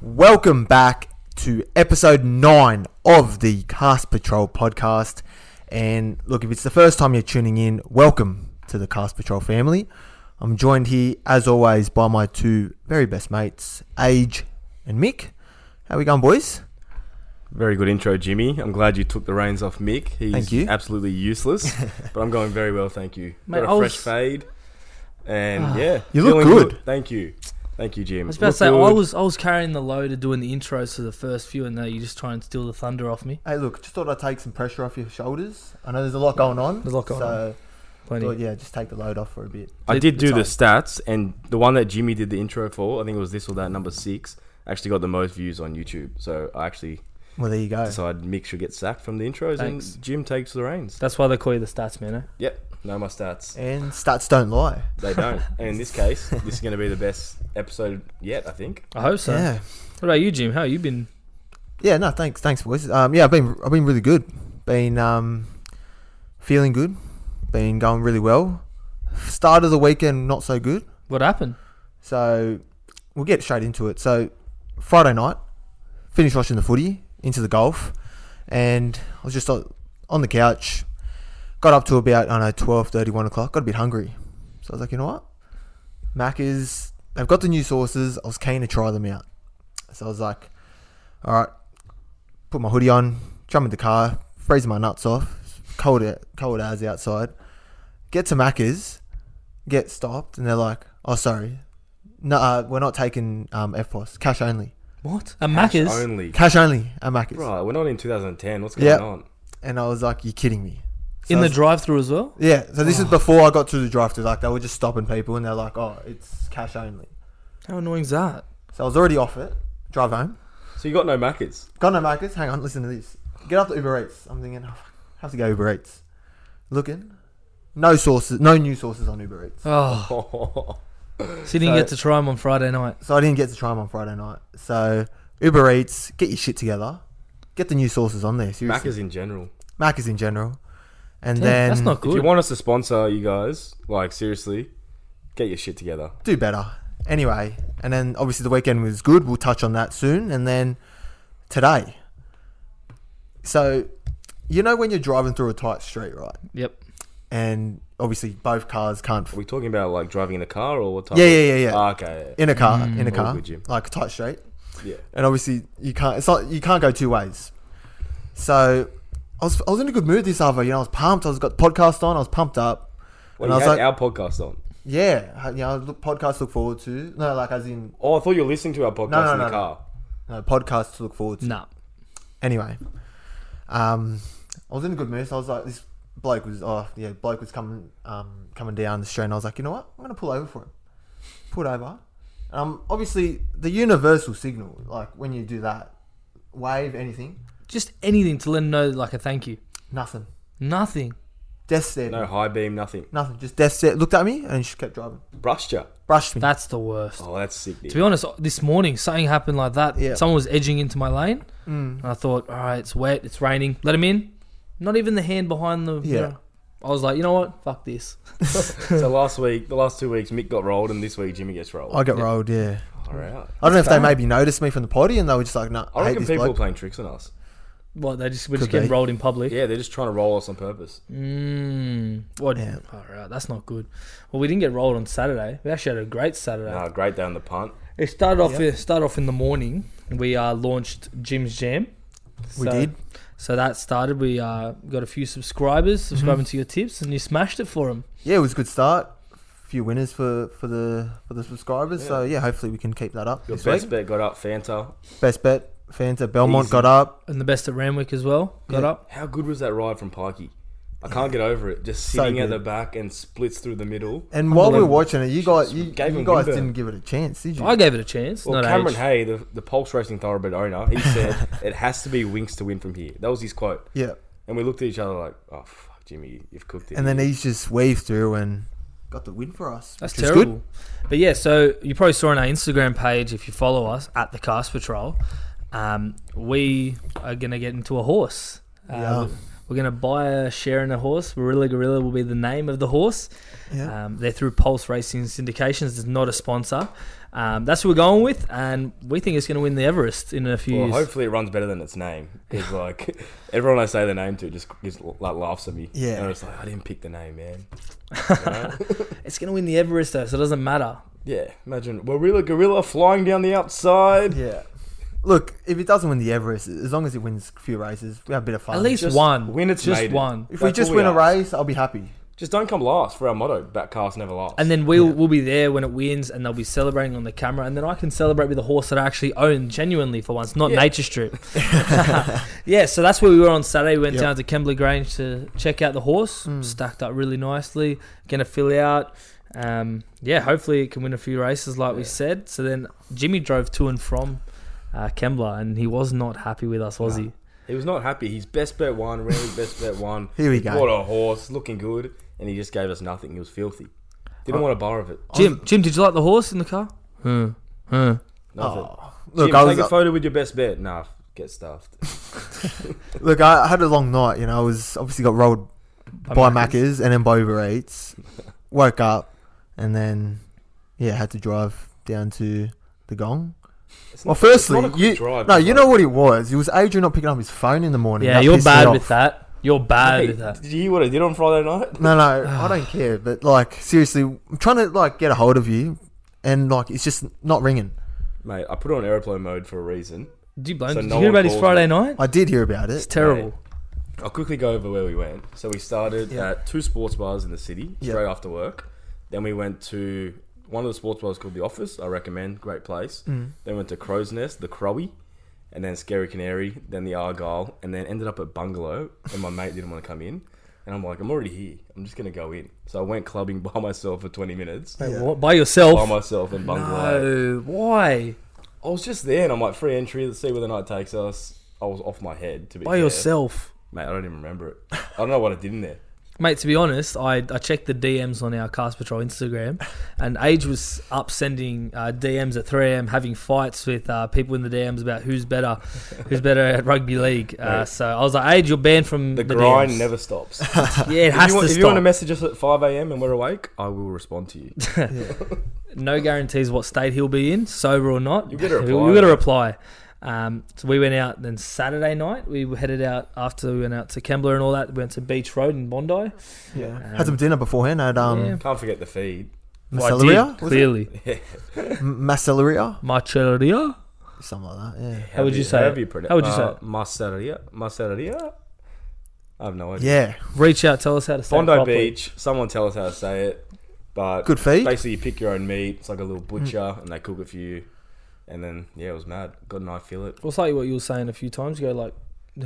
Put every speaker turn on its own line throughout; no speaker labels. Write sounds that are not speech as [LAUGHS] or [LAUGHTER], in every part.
Welcome back to episode 9 of the Cast Patrol podcast. And look, if it's the first time you're tuning in, welcome to the Cast Patrol family. I'm joined here, as always, by my two very best mates, Age and Mick. How we going, boys?
Very good intro, Jimmy. I'm glad you took the reins off Mick. He's
Thank you.
absolutely useless,
[LAUGHS]
but I'm going very well, thank you.
Mate,
Got
I
a
was-
fresh fade, and yeah,
Ah, You look
feeling
good.
Thank you, thank you, Jim.
I was about to say I was I was carrying the load of doing the intros to the first few, and now you just try and steal the thunder off me.
Hey, look, just thought I'd take some pressure off your shoulders. I know there's a lot going on.
There's a lot going
so
Plenty.
Thought, yeah, just take the load off for a bit.
I did do the
It's
stats, and the one that Jimmy did the intro for, I think it was this or that number six, actually got the most views on YouTube. So I actually
Well, there you go.
decided Mick should get sacked from the intros,
Thanks.
and Jim takes the reins.
That's why they call you the stats man. Eh?
Yep, no
[LAUGHS]
my stats.
And stats don't lie.
They don't. and in this case, this is going to be the best episode yet, I think.
I hope so.
Yeah.
What about you, Jim? How you been?
Yeah, no, thanks, thanks, boys. Um, yeah, I've been, I've been really good. Been um, feeling good. Been going really well. Start of the weekend, not so good.
What happened?
So we'll get straight into it. So Friday night, finished watching the footy, into the golf, and I was just on on the couch. Got up to about I don't know 12, 30, 1 o'clock. Got a bit hungry, so I was like, you know what, Macca's. They've got the new sauces. I was keen to try them out. So I was like, all right, put my hoodie on, jump in the car, freezing my nuts off. Cold, cold hours outside. Get to Macca's, get stopped, and they're like, oh, sorry, no, uh, we're not taking um, FPOS. Cash only.
What? A Macca's.
Only.
Cash only at Macca's.
Right, we're not in 2010. What's going
Yep.
on?
And I was like, you're kidding me. So
in
I
the
was-
drive-through as well.
Yeah, so this is before I got to the drive through Like, they were just stopping people and they're like, oh, it's cash only.
How annoying's that?
So I was already off it. Drive home.
So you got no Maccas. [LAUGHS]
Got no Macca's. Hang on, listen to this. Get off the Uber Eats. I'm thinking, oh, fuck, have to go Uber Eats. Looking. No sources, no new sources on Uber Eats.
Oh, so you didn't
So-
get to try them on Friday night.
So I didn't get to try them on Friday night. So Uber Eats, get your shit together. Get the new sources on there. Seriously.
Maccas in general.
Macca's in general. And
Damn,
then
that's not
If you
good.
want us to sponsor you guys, like seriously, get your shit together.
do better. Anyway, and then obviously the weekend was good. We'll touch on that soon. And then today. So, you know when you're driving through a tight street, right?
Yep.
And obviously both cars can't
Are we talking about like driving in a car or what type?
Yeah,
of-
yeah, yeah, yeah.
Ah, okay.
in a car, in a
All
car,
good, Jim.
like a tight straight.
Yeah.
And obviously you can't. It's not you can't go two ways. So I was I was in a good mood this other. You know, I was pumped. I was got the podcast on. I was pumped up.
Well,
And I
you
was
had
like-
our podcast on.
Yeah, I- you know, look, podcast to look forward to. No, like as in
Oh, I thought you were listening to our podcast
no,
in the
no, no.
car.
no, podcast to look forward to.
Nah.
Anyway, um, I was in a good mood. So I was like, this bloke was, oh yeah, bloke was coming, um, coming down the street. And I was like, you know what? I'm gonna pull over for him. Pulled over. Um, obviously the universal signal, like when you do that, wave anything,
Just anything to let them know like a thank you.
nothing,
Nothing.
death stare,
No high beam, nothing.
nothing, just death stare. Looked at me and just kept driving.
Brushed you.
Brushed me.
That's the worst.
Oh, that's sick.
To
Dude.
be honest, this morning something happened like that.
Yeah. Mm.
Someone was edging into my lane, and I thought, all right, it's wet, it's raining, let him in. Not even the hand behind the.
Yeah.
I was like, you know what? Fuck this.
[LAUGHS]
[LAUGHS]
so last week, the last two weeks, Mick got rolled, and this week Jimmy gets rolled.
I got rolled. Yeah.
All right.
I don't know if they maybe noticed me from the potty and they were just like, no,
I
I hate
reckon
this
people are
bloke.
playing tricks on us.
What they just we're
Could
just getting
be.
rolled in public.
Yeah, they're just trying to roll us on purpose.
Mm, what?
Yeah.
All right, that's not good. Well, we didn't get rolled on Saturday. We actually had a great Saturday.
Nah, great down the punt.
It started off. It started off in the morning. We uh, launched Jim's Jam.
We
So-
did.
So that started. We uh, got a few subscribers
Mm-hmm.
subscribing to your tips, and you smashed it for them.
Yeah, it was a good start. Few winners for, for the for the subscribers. So yeah, hopefully we can keep that up.
Your
this
best
week.
bet got up, Fanta.
Best bet. Fanta Belmont
Easy.
got up.
and the best at Ramwick as well. Got
Yeah.
up.
How good was that ride from Pikey? I can't get over it. Just
So
sitting at
good.
the back and splits through the middle.
And while we were
Unbelievable.
watching it, you guys you,
Gave
you
him
guys
Wimber.
didn't give it a chance, did you?
I gave it a chance.
Well,
not
Cameron
age.
Hay, the, the Pulse Racing Thoroughbred owner,
[LAUGHS]
he said, it has to be Winks to win from here. That was his quote.
yeah.
And we looked at each other like, oh, fuck, Jimmy, you've cooked it.
And then he's just waved through and got the win for us.
That's
which was
terrible.
Good.
But yeah, so you probably saw on our Instagram page if you follow us at the Cast Patrol, um, we are gonna get into a horse.
Yeah.
Uh, We're going to buy a share in a horse. Gorilla Gorilla will be the name of the horse.
Yeah.
Um, they're through Pulse Racing Syndications. It's not a sponsor. Um, that's what we're going with, and we think it's going to win the Everest in a few
Well,
years.
hopefully it runs better than its name.
[LAUGHS]
It's like [LAUGHS] everyone I say the name to just, just like laughs at me.
Yeah.
and it's like I didn't pick the name, man. You know?
It's going to win the Everest, though, so it doesn't matter.
yeah, imagine Warilla Gorilla flying down the outside.
Yeah. Look, if it doesn't win the Everest, as long as it wins a few races, we have a bit of fun.
At least
Just
one.
win its
just
maiden.
one.
if we
that's
just
all we
win a
ask.
race, I'll be happy.
Just don't come last for our motto. Back cast never last.
And then we'll we'll be there when it wins, and they'll be celebrating on the camera, and then I can celebrate with a horse that I actually own genuinely for once, not
Yeah. [LAUGHS]
Nature Strip. yeah, so that's where we were on Saturday. We went
Yep.
down to Kembla Grange to check out the horse,
Hmm.
stacked up really nicely, gonna fill out. Um, yeah, hopefully it can win a few races, like we
Yeah.
said. So then Jimmy drove to and from uh, Kembla, and he was not happy with us, was
Nah.
he?
he was not happy. He's best bet one, Randy's best bet one.
[LAUGHS] Here we
He
go.
Bought a horse, looking good, and he just gave us nothing. He was filthy. Didn't want a bar of it.
Jim, Jim, did you like the horse in the car? Hmm. Hmm.
Nothing.
Oh. Look,
Jim,
I was
take a
uh,
photo with your best bet. Nah, get stuffed.
look. I had a long night. You know, I was obviously got rolled by Macca's and then by Uber
[LAUGHS]
Eats. Woke up and then yeah, had to drive down to the Gong.
It's
Well,
not- it's
firstly,
not a quick
you
drive,
no,
it's
you
like-
know what it was. It was Adrian not picking up his phone in the morning.
Yeah, you're bad with that. You're
[LAUGHS]
bad
Hey,
with that.
Did you hear what I did on Friday night?
No,
[SIGHS]
no, I don't care. But like, seriously, I'm trying to like get a hold of you, and like it's just not ringing.
Mate, I put it on airplane mode for a reason.
Do you blame?
So
did
no
you hear
one
about his
calls
Friday
me.
night?
I did hear about
It's
it.
terrible.
I'll quickly go over where we went. So we started
Yeah.
at two sports bars in the city
Yeah.
straight after work. Then we went to one of the sports bars called The Office. I recommend, great place.
Mm.
Then went to Crow's Nest, the Crowy, and then Scary Canary, then the Argyle, and then ended up at Bungalow. And my mate didn't want to come in. And I'm like, I'm already here. I'm just gonna go in. So I went clubbing [LAUGHS] by myself for 20 minutes.
Wait,
Yeah.
what? By
By
yourself?
myself in Bungalow.
no. Why?
I was just there, and I'm like, free entry. Let's see where the night takes us. I was off my head to be
By
fair.
yourself,
mate. I don't even remember it. I don't know what I did in there.
mate. To be honest, I, I checked the DMs on our Cast Patrol Instagram, and Age was up sending uh, DMs at 3 a.m. having fights with uh, people in the DMs about who's better, who's better at rugby league. Uh,
Mate.
so I was like, Age, you're banned from
The, grind
DMs. [LAUGHS]
never stops. If
Yeah, it has
you, want,
to
if you want to
stop.
message us at 5 a.m. and we're awake, I will respond
[LAUGHS]
to you.
no guarantees what state he'll be in, sober or not.
You
[LAUGHS]
gotta reply.
You got to reply. Um, so we went out then Saturday night. We were headed out after we went out to Kembla and all that. We went to Beach Road in Bondi.
Yeah,
Um,
had some dinner beforehand at um
Yeah.
Can't forget the feed.
Well, I did,
Macelleria? was it?
clearly.
M- Macelleria?
Macelleria?
something like that. Yeah,
How would you say
However
it?
you pronounce
How would you say
uh,
it?
Masseria? Masseria? I have no idea.
yeah,
Reach out, tell us how to say it
Bondi
properly.
Beach. Someone tell us how to say it. But
good feed.
basically, you pick your own meat. It's like a little butcher,
Mm.
and they cook it for you. And then, yeah, it was mad. Got a knife fillet.
Well, it's like what you were saying a few times ago, like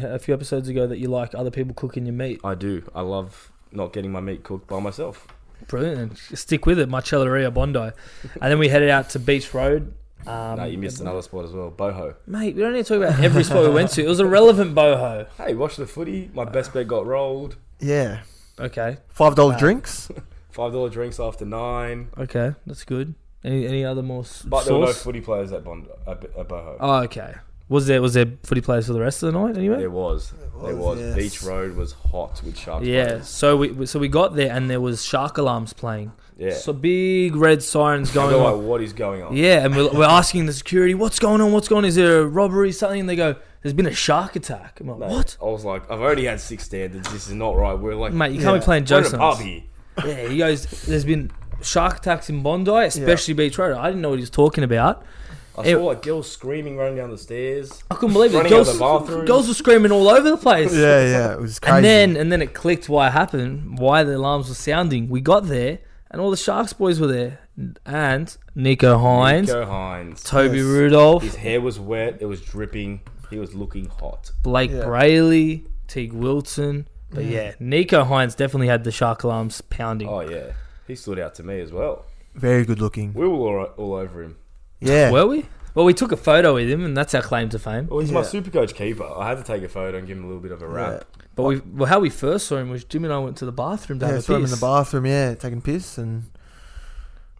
a few episodes ago, that you like other people cooking your meat.
I do. I love not getting my meat cooked by myself.
Brilliant. Stick with it, Macelleria Bondi. And then we headed out to Beach Road. Um,
no, you missed another spot as well. Boho.
Mate, we don't need to talk about every spot we went to. It was a relevant boho.
Hey, watch the footy. My best bet got rolled.
yeah,
Okay.
five dollar
Uh,
[LAUGHS]
drinks. [LAUGHS]
Five dollar drinks after nine.
Okay, that's good. Any any other more s-
But there were no
sauce?
footy players at Bond at, B- at Boho.
oh, okay. Was there was there footy players for the rest of the night anyway?
There was, there
was,
was.
yes.
Beach Road was hot with sharks.
Yeah.
players.
So we we- so we got there and there was shark alarms playing.
yeah.
So big
[LAUGHS]
red sirens
I
going
go
on.
like, what is going on?
Yeah, and we're, we're asking the security, what's going on? What's going on? Is there a robbery? Something? And they go, there's been a shark attack. I'm like,
Mate,
what?
I was like, I've already had six standards. This is not right. We're like,
Mate, you
Yeah.
can't be playing
we're
jokes
in a
on us.
pub here.
Yeah, he goes, there's been shark attacks in Bondi, especially Beach Road. I didn't know what he was talking about.
I
It-
saw like girls screaming, running down the stairs.
I couldn't believe it.
Running out of
Girls,
the bathroom.
girls were screaming all over
[LAUGHS]
the place.
yeah, yeah, it was crazy.
[LAUGHS] And then and then it clicked why it happened, why the alarms were sounding. We got there and all the Sharks boys were there. And Nico Hines,
Nico Hines.
Toby
Yes.
Rudolph,
His hair was wet. It was dripping. He was looking hot.
Blake
Yeah.
Brayley, Teague Wilton. But
Mm.
yeah, Nico Hines definitely had the shark alarms pounding.
Oh yeah, he stood out to me as well.
very good looking.
We were all, all over him.
Yeah, Oh.
Were we? Well, we took a photo with him, and that's our claim to fame.
Well, he's my
Yeah.
super coach keeper. I had to take a photo and give him a little bit of a rap.
But we, well, how we first saw him was Jim and I went to the bathroom to
yeah,
have a
saw him in
piss.
the bathroom. Yeah, taking piss and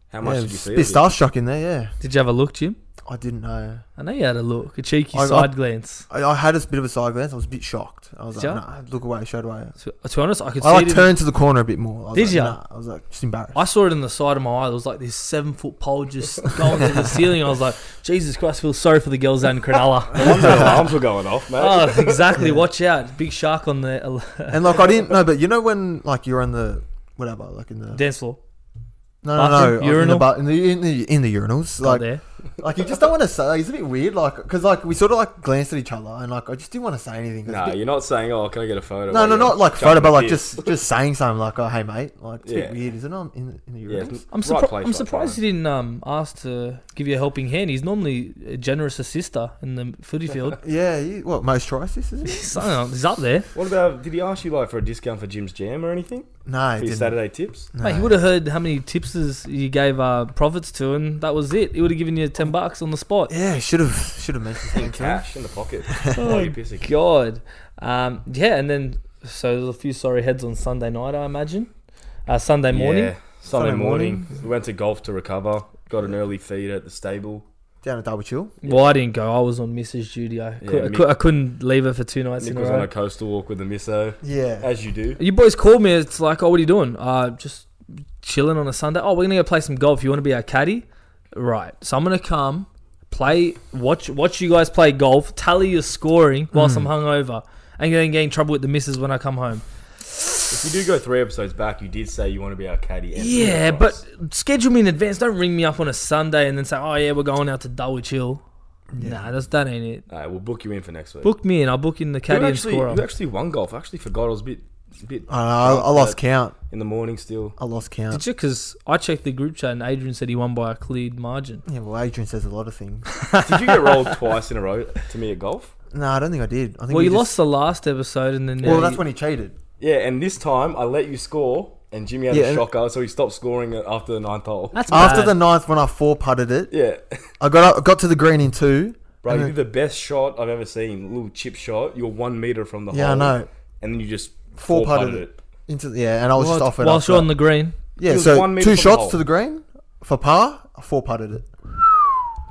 How much
yeah,
did you
it's
see?
a
of
bit
it?
starstruck in there, yeah.
Did you have a look, Jim?
I didn't know.
I know you had a look, a cheeky
I- I-
side glance.
I, I had a bit of a side glance. I was a bit shocked. I was
Did
like,
ya?
nah, look away, showed away.
To, to be honest, I could
I
see
like
it. in-
turned to the corner a bit more. I was
Did
like,
ya?
Nah. I was like, just embarrassed.
I saw it in the side of my eye. There was like this seven foot pole just [LAUGHS] going to the ceiling. I was like, Jesus Christ, I feel sorry for the girls down in Cronulla.
[LAUGHS] No wonder alarms were going off, mate.
oh, exactly. Watch out. Big shark on the uh,
and like I didn't know, but you know when like you're on the whatever, like in the
[LAUGHS] dance floor.
no no no
bathroom,
in the,
urinal?
ba- in the in the in the urinals like
Like, there.
like you just don't want to say like, it's a bit weird like because like we sort of like glanced at each other and like I just didn't want to say anything. 'cause it's a
Nah,
bit-
you're not saying, oh, can I get a photo?
no
while
no
you're
not like
chucking
photo but
the
like
piss?
just just saying something like oh hey mate like it's a bit
Yeah.
weird isn't it I'm in, in the
Yeah,
urinals.
it's
I'm,
right
surpri-
place,
I'm
right
surprised
time.
he didn't um, ask to give you a helping hand. He's normally a generous assister in the footy field.
[LAUGHS] Yeah, you, what most tries this is
[LAUGHS]
it?
He's I don't know, he's up there.
What about? Did he ask you like for a discount for Jim's Jam or anything
No, it
for your
didn't.
Saturday
[LAUGHS]
tips?
No.
Mate, he would have heard how many tipsters you gave uh, profits to, and that was it. He would have given you 10 bucks on the spot.
Yeah, should have should have mentioned something
In
to him.
cash, in the
[LAUGHS]
pocket.
Oh,
while you're pissing.
God. Um, yeah, and then, so there's a few sorry heads on Sunday night, I imagine. Uh, Sunday morning.
Yeah, Sunday
Sunday
morning. We went to golf to recover. Got an early feed at the stable.
Down at Double Chill.
Well, I didn't go. I was on Mrs. Judy. I,
Yeah,
could, I,
Mick-
could, I couldn't leave her for two nights
Nick
in a
was
row.
on a coastal walk with the misso,
Yeah,
as you do.
You boys called me. It's like, oh, what are you doing? Uh, just chilling on a Sunday. Oh, we're gonna go play some golf. You want to be our caddy? Right. So I'm gonna come play, watch, watch you guys play golf, tally your scoring whilst
Mm.
I'm hungover, and then get in trouble with the missus when I come home.
If you do go three episodes back, you did say you want to be our caddy. and
yeah,
price.
but schedule me in advance. Don't ring me up on a Sunday and then say, oh yeah, we're going out to Dulwich Hill. Nah, that's that ain't it.
Alright, we'll book you in for next week.
Book me in. I'll book in the caddy
you
and
actually,
scorer.
you actually won golf. I actually forgot I was a bit, a bit
I, don't know, I, I lost count.
in the morning still.
I lost count.
Did you? Because I checked the group chat and Adrian said he won by a cleared margin.
yeah, well, Adrian says a lot of things.
[LAUGHS] Did you get rolled twice in a row to me at golf?
No, I don't think I did. I think
Well,
we
you
just-
lost the last episode and then
Well,
now
that's
you-
when he cheated.
Yeah, and this time I let you score, and Jimmy had
Yeah,
a
and-
shocker, so he stopped scoring it after the ninth hole.
That's
After
bad.
the ninth, when I four putted it,
Yeah,
I got up, got to the green in two.
bro,
And
you
then-
did the best shot I've ever seen. Little chip shot. You're one meter from the
Yeah, I
hole.
know.
And then you just
Four
four
putted
putted
it.
it.
Into yeah, and I was just off it.
whilst
after
you're
that.
on the green.
yeah,
It was
so
one meter
two
from the
shots
hole.
to the green for par. I four putted it.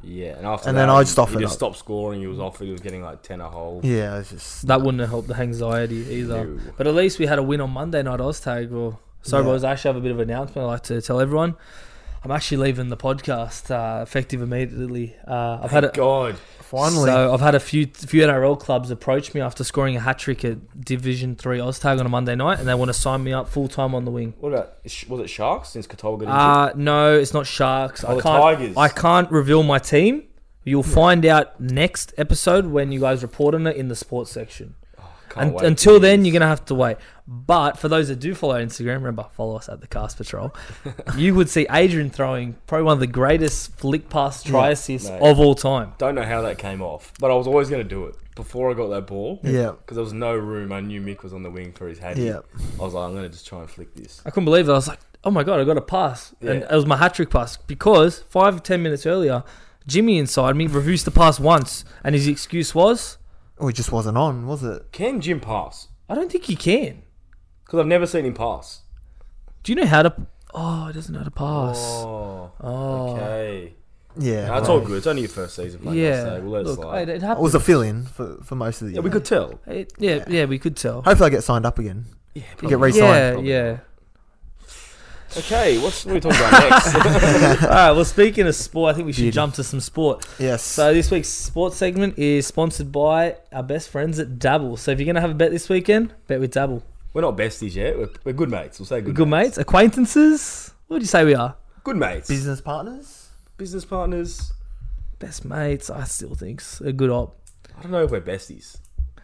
Yeah, and after
And
that,
then I just off
he
it
just
up.
stopped scoring. He was off. He was getting like ten a hole.
Yeah, it's just
That wouldn't have helped the anxiety either.
No.
But at least we had a win on Monday night Oztag. Well, sorry,
Yeah.
boys. I actually have a bit of an announcement I'd like to tell everyone. I'm actually leaving the podcast uh, effective immediately. Uh, I've had a,
God,
finally.
So I've had a few few NRL clubs approach me after scoring a hat trick at Division Three Oztag on a Monday night, and they want to sign me up full time on the wing.
what about was it sharks since Katoa got injured?
Uh, no, it's not Sharks.
Oh,
I
the
can't.
Tigers.
I can't reveal my team. You'll find out next episode when you guys report on it in the sports section.
Can't
Un-
wait.
until then, you're gonna have to wait. But for those that do follow Instagram, remember follow us at the Cast
[LAUGHS]
Patrol. you would see Adrian throwing probably one of the greatest flick pass try assists
mate.
of all time.
Don't know how that came off, but I was always going to do it before I got that ball.
Yeah.
Because there was no room. I knew Mick was on the wing for his head.
Yeah.
I was like, I'm going to just try and flick this.
I couldn't believe it. I was like, oh my god, I got a pass, and
Yeah.
it was my hat trick pass because five ten minutes earlier, Jimmy inside me reviews the pass once, and his excuse was,
oh, it just wasn't on, was it?
Can Jim pass?
I don't think he can.
Because I've never seen him pass.
Do you know how to? Oh, he doesn't know how to pass.
Oh.
Oh.
Okay.
Yeah,
That's
well,
all good. It's only your first season playing. Yeah.
Yeah,
We'll let it
look,
slide.
it, it
It
happened.
was a fill-in for, for most of the year.
yeah, we could tell.
It- yeah, yeah, we could tell.
Hopefully, I get signed up again.
Yeah.
Get re-signed.
Yeah,
probably.
yeah.
Okay. What's what are we talking about next?
[LAUGHS] All right. Well, speaking of sport, I think we should
Beauty.
jump to some sport.
Yes.
So this week's sports segment is sponsored by our best friends at Dabble. So if you're gonna have a bet this weekend, bet with Dabble.
we're not besties yet. We're, we're good mates. We'll say good,
Good mates, acquaintances. What would you say we are?
Good mates.
Business partners.
Business partners.
Best mates. I still think it's a good op.
I don't know if we're besties.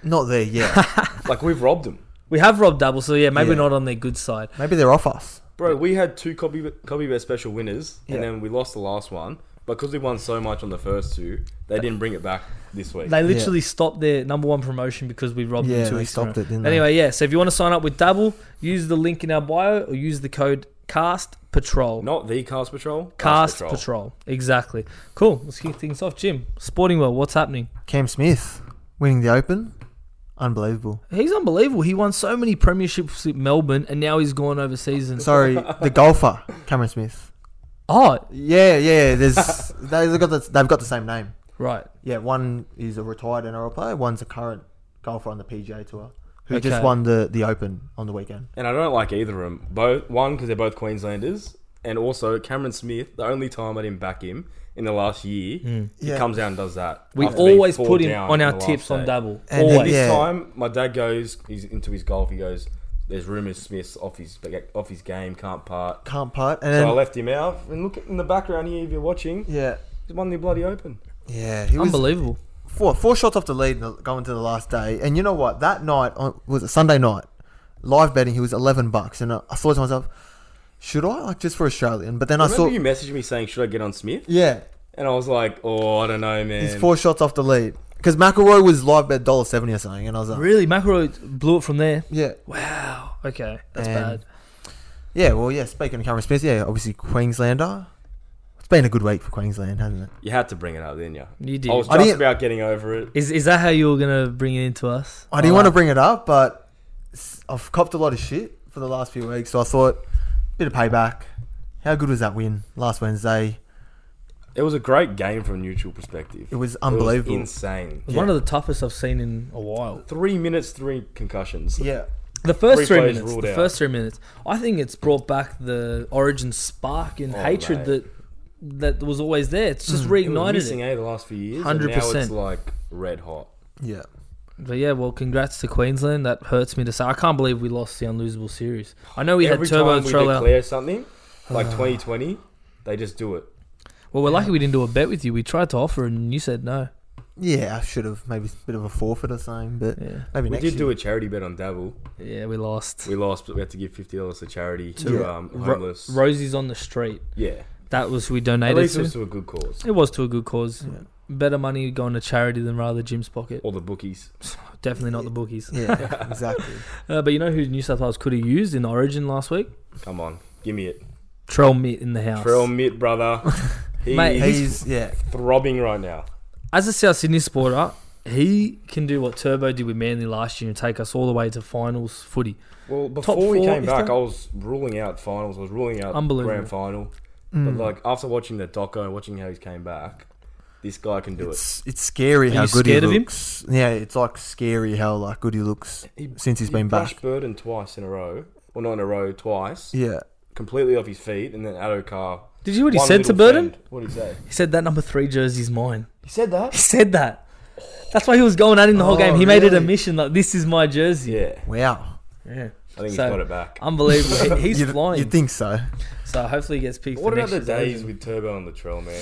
Not there yet.
[LAUGHS]
Like we've robbed them,
We have Rob Dabble, so yeah, maybe
Yeah.
not on their good side.
Maybe they're off us.
bro. We had two copy copy bet special winners,
Yeah.
and then we lost the last one. But because we won so much on the first two, they didn't bring it back this week.
They literally stopped their number one promotion because we robbed
Yeah,
them two
they
weeks
stopped
in a
it, didn't
row.
they?
Anyway, yeah. So if you want to sign up with Dabble, use the link in our bio or use the code Cast Patrol.
Not the Cast Patrol.
Cast Patrol. Exactly. Cool. Let's kick things off. Jim, Sporting World, what's happening?
Cam Smith winning the Open. Unbelievable.
He's unbelievable. He won so many premierships at Melbourne and now he's gone overseas.
[LAUGHS]
And
Sorry, the golfer, Cameron Smith.
Oh,
Yeah, yeah. There's [LAUGHS] they've got the, they've got the same name.
right.
Yeah, one is a retired NRL player. One's a current golfer on the PGA Tour who just
Okay.
won the the Open on the weekend.
And I don't like either of them. Both one because they're both Queenslanders, and also Cameron Smith. The only time I didn't back him in the last year, he
Yeah.
comes out and does that.
Hmm. We
after being
always
four
put him
down
on
in
our
the last
tips on
day.
double.
And then-
always.
This
Yeah.
time, my dad goes. He's into his golf. He goes. There's rumors Smith's off his off his game. Can't part.
Can't putt. And
So I
then,
left him out. And look in the background here, if you're watching,
yeah,
he's won the bloody open.
yeah. He was
Unbelievable.
four four shots off the lead in the- going to the last day. And you know what? That night on, was a Sunday night. Live betting, he was eleven bucks, and I, I thought to myself, should I like just for Australian? But then I
Remember
saw,
you messaged me saying, "Should I get on Smith?"
yeah,
And I was like, "Oh, I don't know, man."
he's four shots off the lead because McElroy was live bet dollar seventy or something, and I was like,
Really, McElroy blew it from there.
yeah,
Wow. Okay, that's
And-
bad.
yeah. Well, yeah. Speaking of Cameron Smith, yeah, obviously Queenslander. It's been a good week for Queensland, hasn't it?
You had to bring it up, didn't you?
You did.
I was
I
just
didn't-
about getting over it.
Is is that how you were gonna bring it into us?
I didn't want to bring it up, but s- I've copped a lot of shit for the last few weeks, so I thought bit of payback. How good was that win last Wednesday?
It was a great game from a neutral perspective.
It was
It was
unbelievable.
insane.
One of the toughest I've seen in a while.
Three minutes, three concussions.
yeah,
The first
Three
three,
plays
minutes.
ruled
The
out.
first three minutes. I think it's brought back the origin spark and
Oh,
hatred
mate.
that that was always there. It's
Mm.
just
It was
reignited
missing
it.
eh, the last few years. and Now it's
100%.
like red hot.
yeah.
But yeah, well, congrats to Queensland. That hurts me to say. I can't believe we lost the unlosable series. I know we
Every
had Turbo
time we
Troll out. Ah.
declare something, like 2020, they just do it.
Well, we're lucky we didn't do a bet with you. We tried to offer and you said no.
Yeah, I should have maybe a bit of a forfeit or something, but
Yeah,
maybe
We
next
did
year.
do a charity bet on Dabble.
yeah, we lost.
We lost, but we had to give fifty dollars to charity to
Yeah.
um,
Ro-
homeless.
Rosie's on the street.
yeah,
That was who we
at
donated
least
to.
it was to a good cause.
to a good cause.
Yeah.
Better money going to charity than rather Jim's pocket.
All the bookies.
Definitely not the bookies.
[LAUGHS]
Yeah, exactly.
Uh, but you know who New South Wales could have used in Origin last week?
Come on, give me it.
Trell Mitt in the house.
Trail Mitt, brother.
[LAUGHS]
He
Mate,
is
He's yeah,
throbbing right now.
As a South Sydney supporter, he can do what Turbo did with Manly last year and take us all the way to finals footy.
Well, before
four,
we came
if
back,
that-
I was ruling out finals. I was ruling out
Unbelievable. Mm.
grand final. But like after watching the doco and watching how he came back, this guy can do it.
it's it's scary
Are
how
you
good
scared
he
of him?
looks. Yeah, it's like scary how like good he looks
He-
since he's
he
been back.
brushed Burden twice in a row, well not in a row, twice,
Yeah,
completely off his feet, and then Adokar.
Did you hear what he
one
said to
little
Burden?
fend. What did he say?
He said that number three jersey's mine.
He said
He
that.
said that. That's why he was going at him the whole
Oh,
game. He made it a
really?
mission like this is my jersey.
Yeah,
wow.
Yeah.
I think he's
So-
got it back. [LAUGHS]
Unbelievable. He- He's
you'd,
flying.
You'd think so.
so hopefully he gets picked
what
for
about
next
the
year's
days
Origin.
with Turbo on the trail, man?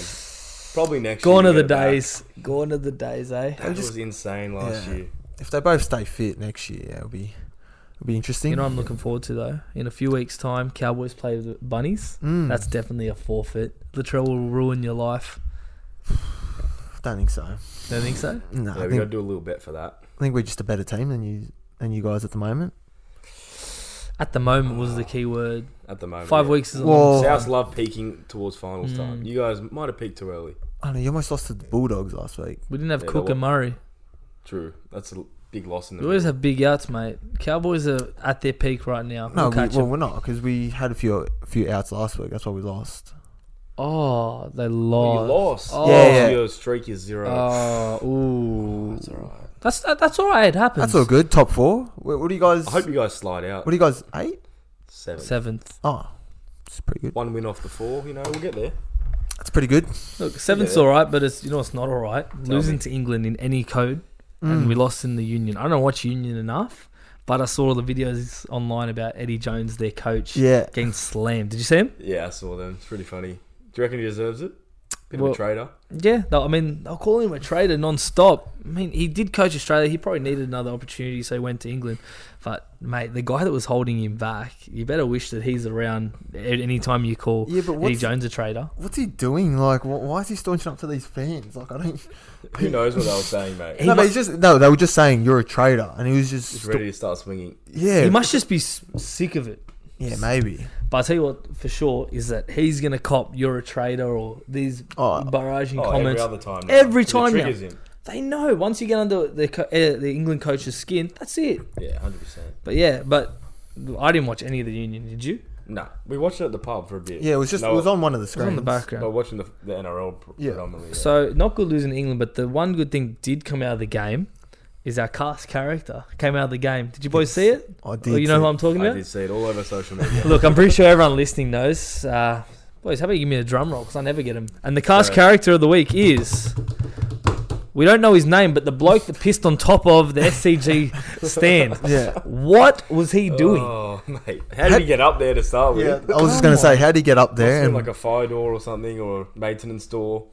Probably next.
Gone
year
are
we
the
get it back.
days. Gone are the days, eh?
That was insane last
Yeah.
year.
If they both stay fit next year, yeah, it'll be it'll be interesting.
You know what I'm looking forward to though? In a few weeks' time, Cowboys play the Bunnies.
Mm.
That's definitely a forfeit. Latrell will ruin your life.
Don't think so.
Don't think so?
No,
Yeah,
I,
we got to
think,
do a little bet for that.
I think we're just a better team than you than you guys at the moment.
At the moment was the key word.
At the moment,
Five
yeah.
weeks is a
Well-
long time.
Souths love peaking towards finals
Mm.
time. You guys might have peaked too early.
I don't know. You almost lost to the Bulldogs last week.
We didn't have
Yeah,
Cook
that
and Murray.
True. That's a l- big loss in the
We always
middle.
have big outs, mate. Cowboys are at their peak right now.
No,
We'll
we,
catch
well
'em.
we're not because we had a few few outs last week. That's why we lost.
Oh, they
Well,
lost.
you lost.
Oh.
Yeah, yeah.
Your streak is zero.
Oh, ooh.
That's all right.
That's that, that's all right. It happens.
That's all good. Top four. What, what do you guys?
I hope you guys slide out.
what do you guys? Eight.
Seven.
Seventh.
Oh, it's pretty good.
One win off the four. You know, we'll get there.
That's pretty good.
Look, seventh's all right, but it's you know it's not all right. Losing to England in any code,
Mm.
and we lost in the Union. I don't watch Union enough, but I saw the videos online about Eddie Jones, their coach,
Yeah.
getting slammed. Did you see him?
Yeah, I saw them. It's pretty funny. Do you reckon he deserves it? Bit
Well-
of a traitor.
Yeah, no, I mean they'll call him a traitor non-stop. I mean he did coach Australia. He probably needed another opportunity, so he went to England. But mate, the guy that was holding him back, you better wish that he's around at any time you call
Yeah, but
Eddie
what's-
Jones a traitor.
What's he doing? Like, wh- why is he staunching up to these fans? Like, I don't.
Who knows what they were saying, mate?
He
no,
mu-
but he's just no. They were just saying you're a traitor, and he was just
He's ready to start swinging.
yeah,
He must just be s- sick of it.
yeah, maybe.
But I tell you what, for sure, is that he's gonna cop you're a traitor or these
Oh,
barraging
Oh, every
comments.
other time. now.
Every
It
time now.
triggers him.
They know once you get under the co- eh, the England coach's skin, that's it.
Yeah, hundred percent.
But yeah, but I didn't watch any of the Union. Did you?
No, we watched it at the pub for a bit.
Yeah, it was just
No,
it was on one of the
It was
screens.
on the background.
But watching the, the NRL pr-
Yeah.
predominantly. yeah.
So not good losing to England, but the one good thing did come out of the game is our cast character came out of the game. Did you boys
Yes.
see it?
I
Or
did.
you know who I'm
I
talking about?
did see it all over social media.
Look, I'm pretty sure everyone listening knows. Uh, boys, how about you give me a drum roll? Because I never get them. And the cast
Sorry.
character of the week is. We don't know his name, but the bloke that pissed on top of
[LAUGHS]
the SCG stand.
yeah.
[LAUGHS] What was he doing?
Oh, mate. How did he get up there to start with?
Yeah,
Must
I was just gonna say, how do you get up
have
there?
been
And
like a fire door or something or a maintenance door.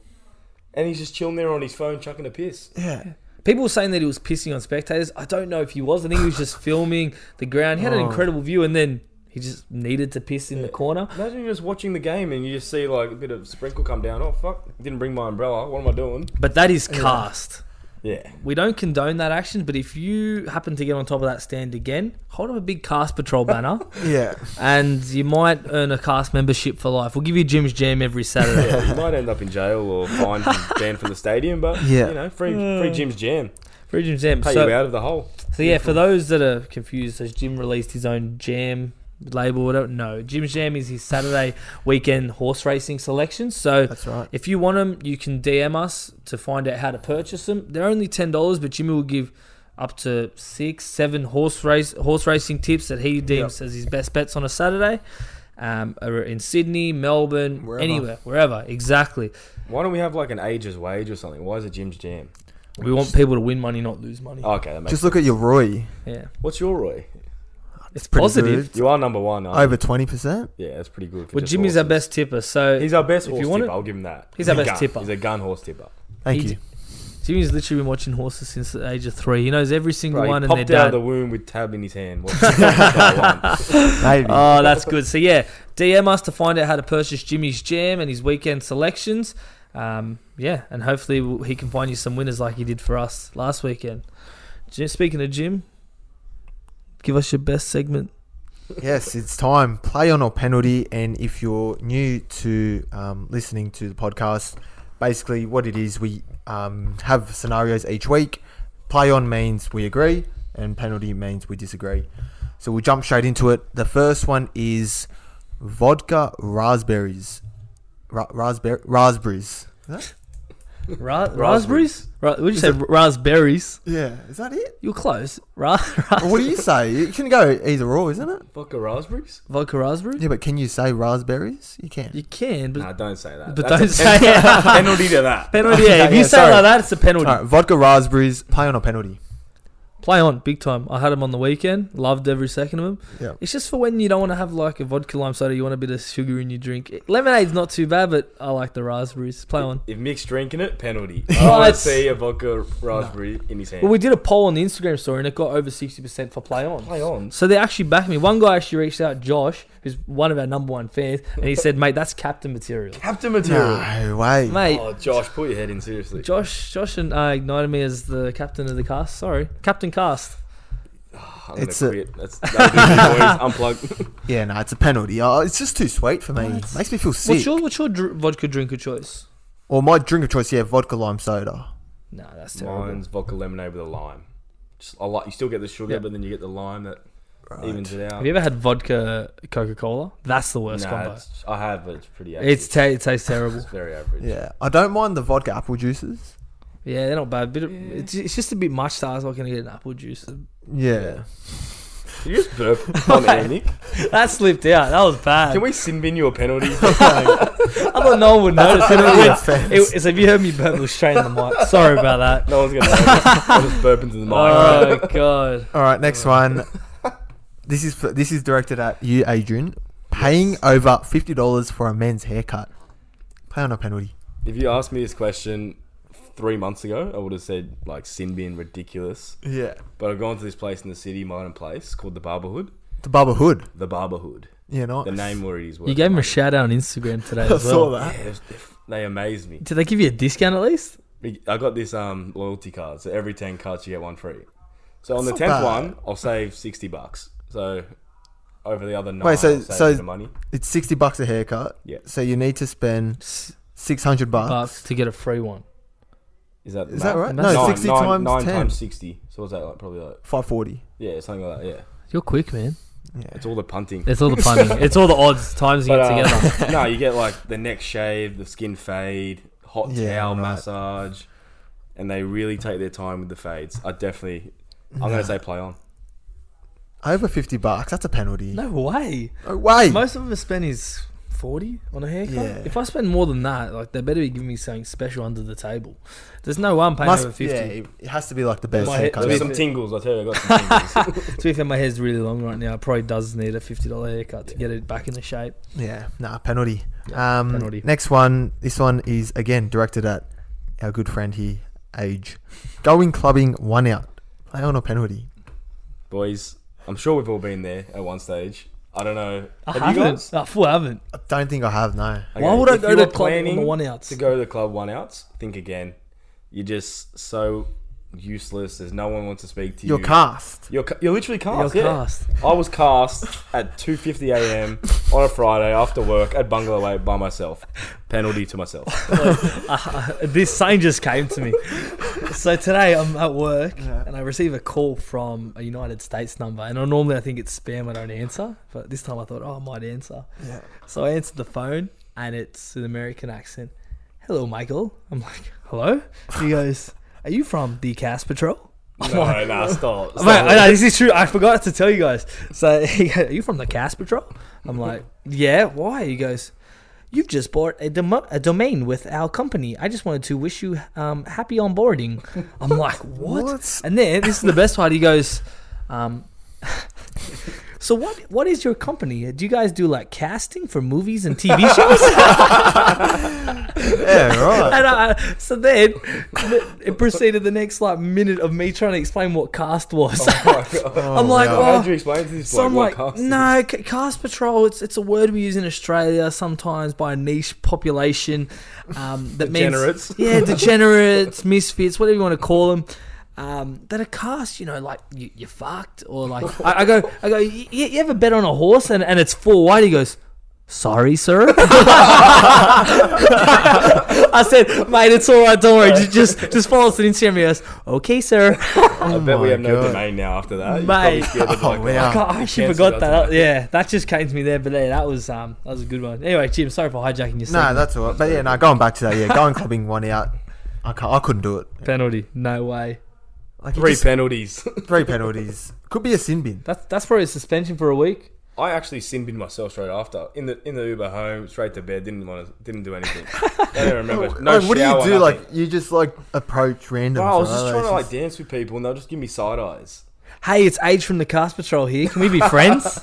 And he's just chilling there on his phone, chucking a piss.
[LAUGHS] yeah,
People were saying that he was pissing on spectators. I don't know if he was. I think he was just filming the ground. He had an
Oh.
incredible view, and then he just needed to piss in the
Yeah.
corner.
Imagine you're just watching the game and you just see like a bit of sprinkle come down. Oh, fuck. Didn't bring my umbrella. What am I doing?
But that is cast.
Yeah.
We don't condone that action, but if you happen to get on top of that stand again, hold up a big cast
[LAUGHS]
patrol banner [LAUGHS]
yeah,
and you might earn a cast membership for life. We'll give you Jim's Jam every Saturday.
[LAUGHS]
Yeah, you might end up in jail or fined and banned from the stadium, but
Yeah.
you know, free free Jim's jam.
[LAUGHS] Free Jim's Jam.
Pay
So,
you out of the hole.
so yeah, for those that are confused, has Jim released his own jam label? I don't know. Jim's Jam is his Saturday weekend horse racing selection. So
that's right.
If you want them, you can DM us to find out how to purchase them. They're only ten dollars, but Jimmy will give up to six, seven horse race horse racing tips that he deems as his best bets on a Saturday. Um, are in Sydney, Melbourne,
Wherever.
anywhere, wherever, exactly.
Why don't we have like an age's wage or something? Why is it Jim's jam?
We want people to win money, not lose money.
Okay, that makes
Just look at your Roy.
Yeah,
What's your Roy?
it's
pretty
positive.
good.
You are number one.
Oh.
Aren't
Over twenty percent.
you? Yeah, that's pretty good. for
Well,
just
Jimmy's our
horses.
best tipper, so
He's our best
If
horse
you want
tipper.
it-
I'll give him that.
He's our
a
best
gun.
tipper.
He's a gun horse tipper.
Thank
He-
you.
Jimmy's literally been watching horses since the age of three. He knows every single
Bro, he
one and
popped
their
out
dad.
of the womb with tab in his hand.
[LAUGHS]
What's the
Maybe.
Oh, that's good. So yeah, DM us to find out how to purchase Jimmy's jam and his weekend selections. Um, yeah, and hopefully we'll- he can find you some winners like he did for us last weekend. Jim, speaking of Jim, give us your best segment.
yes, it's time. Play on or penalty. And if you're new to um, listening to the podcast, basically what it is, we um, have scenarios each week. Play on means we agree, and penalty means we disagree. So we'll jump straight into it. The first one is vodka raspberries. Ra- raspberry raspberries. Is that-
[LAUGHS]
Ra- raspberries? Ra- would you say raspberries?
yeah, is that it?
You're close. Ra- [LAUGHS] ra-
Or what do you say? You can go either or, isn't it?
Fuck a raspberries?
vodka raspberry?
Yeah, but can you say raspberries? You can.
You can, but
Nah, don't say that.
But
That's a
don't say
pen- [LAUGHS]
it.
penalty to that.
penalty.
Okay,
Yeah, if you
yeah,
say it
sorry.
like that, it's a penalty.
All right, vodka raspberries. Play on or penalty.
Play on, big time. I had them on the weekend. Loved every second of them.
Yeah.
It's just for when you don't want to have like a vodka lime soda, you want a bit of sugar in your drink. It- lemonade's not too bad, but I like the raspberries. Play on.
If Mick's drinking it,
[LAUGHS]
penalty.
Oh,
I
it's-
see a vodka raspberry in his hand.
Well, we did a poll on the Instagram story and it got over 60% for play on.
Play on.
So they actually backed me. One guy actually reached out, Josh, who's one of our number one fans, and he said, mate, that's captain material.
Captain material.
No way.
Mate,
Oh, Josh, put your head in seriously.
Josh Josh and uh, ignited me as the captain of the cast. Sorry, captain cast.
I'm gonna
It's a-
quit. That's,
[LAUGHS]
that'll do it, boys. Unplug.
Yeah, no, it's a penalty. Oh, it's just too sweet for me. Makes me feel sick.
What's your, what's your dr- vodka drink of choice?
or my drink of choice, yeah, vodka lime soda.
No, that's terrible.
Mine's vodka lemonade with a lime. Just, I like. You still get the sugar,
Yeah.
but then you get the lime that
Right.
evens it out.
Have you ever had vodka Coca Cola? That's the worst
Nah,
combo.
it's- I have, but it's pretty. Average.
It's ta it tastes
[LAUGHS]
terrible.
It's very average.
Yeah, I don't mind the vodka apple juices.
yeah, they're not bad. Bit of, it's, it's just a bit much to ask. Like, can I get an apple juice?
Yeah.
Did you just
[LAUGHS]
burp on air, Nick?
That slipped out. That was bad.
Can we sin bin you
[LAUGHS]
a penalty?
I thought no one would notice.
That's a penalty
It-
offense.
[LAUGHS] it- it's- if you heard me burp, it was straight in the mic. Sorry about that.
no one's gonna. Notice. I'll just burp into the mic.
Oh god.
[LAUGHS] All right, next one. this is for, this is directed at you, Adrian. Paying over fifty dollars for a men's haircut. Pay on a penalty.
If you asked me this question three months ago, I would have said like sin bin ridiculous.
Yeah.
But I've gone to this place in the city, modern place called the Barberhood.
The Bubba Hood.
The Barberhood.
You know.
The name where it is.
You gave him a shout out on Instagram today
[LAUGHS] I
as
saw
well.
that.
Yeah, they amazed me.
Did they give you a discount at least?
We- I got this um loyalty card. So every ten cards you get one free. So on
That's
the
not
tenth
bad.
one, I'll save sixty bucks. So over the other nine,
Wait, so-
I'll save
so-
a bit of money.
It's sixty bucks a haircut.
Yeah.
So you need to spend
S-
six hundred bucks.
Bucks to get a free one.
Is that
Is that
math?
right?
No,
No, sixty
nine,
times
nine
ten.
times sixty. So what's that like? Probably like
Five forty.
yeah, something like that. Yeah.
You're quick, man.
Yeah.
It's all the punting.
It's all the punting. it's all the odds times you
But,
get
uh, [LAUGHS]
together.
no, you get like the neck shave, the skin fade, hot
Yeah,
towel
right.
massage, and they really take their time with the fades. I definitely, I'm
Nah.
gonna say play on.
Over 50 bucks, that's a penalty. No,
No way.
way.
Most of them spend is forty on a haircut.
Yeah.
If I spend more than that, like they better be giving me something special under the table. There's no one paying
Must-
over fifty.
Yeah, it- it has to be like the best
My head-
haircut.
There's
mean-
some tingles. I tell you, I
[LAUGHS]
got some tingles.
To be fair, my hair's really long right now. It probably does need a fifty dollar haircut to get it back into shape.
Yeah, nah, penalty.
Yeah,
um,
penalty.
Next one. This one is again directed at our good friend here, Age. Going clubbing one out. Play on a penalty.
Boys, I'm sure we've all been there at one stage. I don't know.
I
Have you
haven't.
guys?
I full haven't. [LAUGHS]
I don't think I have, no.
Why would I
if
go
you
to
are
club on the
planning
one outs?
To go to the club one outs, think again. You're just so useless. There's no one wants to speak to
You're
you.
cast.
You're, ca- you're literally cast.
You're
yeah.
cast.
I was cast at 2:50 a.m.
[LAUGHS]
on a Friday after work at Bungalow Eight by myself. Penalty to myself.
[LAUGHS] Uh, this sign just came to me. so today I'm at work and I receive a call from a United States number. And I normally I think it's spam. I don't answer, but this time I thought, oh, I might answer.
Yeah.
So I answered the phone and it's an American accent. Hello, Michael. I'm like, hello. He goes, are you from the Cast Patrol? I'm like,
No, no, stop.
Mate, I know,
[LAUGHS]
this is true. I forgot to tell you guys. So, [LAUGHS] he go- are you from the Cast Patrol? I'm like, yeah. Why? He goes, you've just bought a, dom- a domain with our company. I just wanted to wish you um, happy onboarding. I'm like, what?
What?
And then this is the best part. He goes, um, [LAUGHS] so what? What is your company? Do you guys do like casting for movies and TV shows? [LAUGHS]
Yeah,
[LAUGHS]
right.
and I, so then it proceeded the next like minute of me trying to explain what cast was. I'm like,
wow.
[LAUGHS] oh,
How do you explain to this
So I'm
bloke
like,
what cast is?
no, ca- cast patrol. It's it's a word we use in Australia sometimes by a niche population um, that
Degenerates.
means [LAUGHS] yeah, degenerates, misfits, whatever you want to call them. Um, that are cast, you know, like you, you're fucked, or like I, I go, I go. You, you ever bet on a horse and, and it's full white? He goes, sorry, sir. [LAUGHS] I said, mate, it's all right. Don't worry. Just just, just follow us on Instagram. He goes, okay, sir.
I bet
Oh
we
my
have no
God.
domain now after that. You
Mate.
probably
Oh,
scared the bloke
Oh, wow.
off.
[LAUGHS] I, can't- I actually
Cancel
forgot
that
that.
tonight.
Yeah, that just came to me there, but yeah, that was um, that was a good one. Anyway, Jim, sorry for hijacking your
No,
segment.
that's all right. But yeah, no, going back to that, yeah, going clubbing one out. I, can't, I couldn't do it.
penalty. No way.
Like it
Three
just-
penalties.
three penalties. Could be a sin bin.
That's that's probably a suspension for a week.
I actually sin binned myself straight after in the in the Uber home, straight to bed. Didn't want to, didn't
[LAUGHS]
do anything. I don't remember. No
Like, what do
shower,
you do?
nothing.
Like, you just like approach random.
Bro, I was just trying to like dance with people, and they'll just give me
[LAUGHS]
side eyes.
Hey, it's Age from the Cast Patrol here. Can we be [LAUGHS] friends?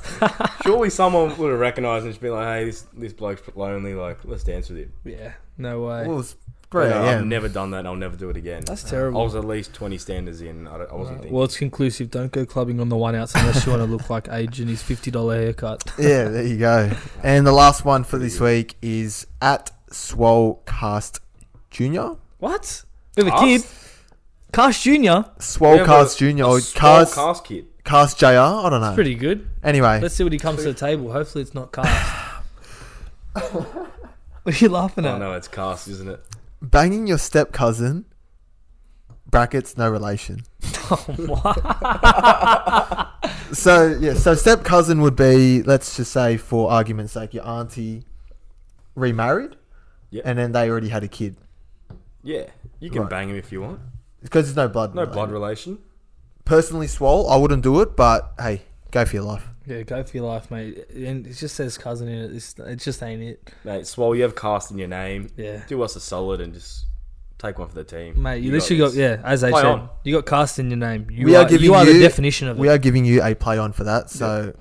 Surely someone would have recognised and just been like, "Hey, this this bloke's lonely. Like, let's dance with him."
yeah, no way.
Well, it's great.
No,
yeah.
I've never done that. and I'll never do it again.
that's
I
terrible.
was at least twenty standards in. I, don't- I wasn't thinking.
well, it's conclusive. Don't go clubbing on the one outs unless you want to look [LAUGHS] like Age and his fifty dollar haircut.
yeah, there you go. And the last one for this week is at Swolcast Junior.
What? With a
Cast?
kid, Cast Junior.
We have
Swolcast
a-
Junior
a
or
small
Cast
cast kid.
Cast JR. I don't know.
Pretty good.
anyway,
Let's see what he comes to the table. Hopefully, it's not Cast. [LAUGHS] what are you laughing
Oh
at?
no, it's cast, isn't it?
banging your step cousin. Brackets no
[LAUGHS]
relation. so yeah, so step cousin would be let's just say for argument's sake your auntie remarried,
Yeah.
and then they already had a kid
Yeah, you can
Right.
bang him if you want.
because there's no blood.
No
related.
blood relation.
Personally, swole I wouldn't do it, but hey, go for your life.
Yeah, go for your life, mate. And it just says cousin in it. It's, it just ain't it.
Mate, Swell, you have cast in your name.
Yeah.
Do us a solid and just take one for the team.
Mate, you, literally got,
this.
yeah, as I
Play
said,
on.
you got cast in your name. You
We are
are,
giving
you are
you-
the definition of
We
it.
are giving you a play on for that. So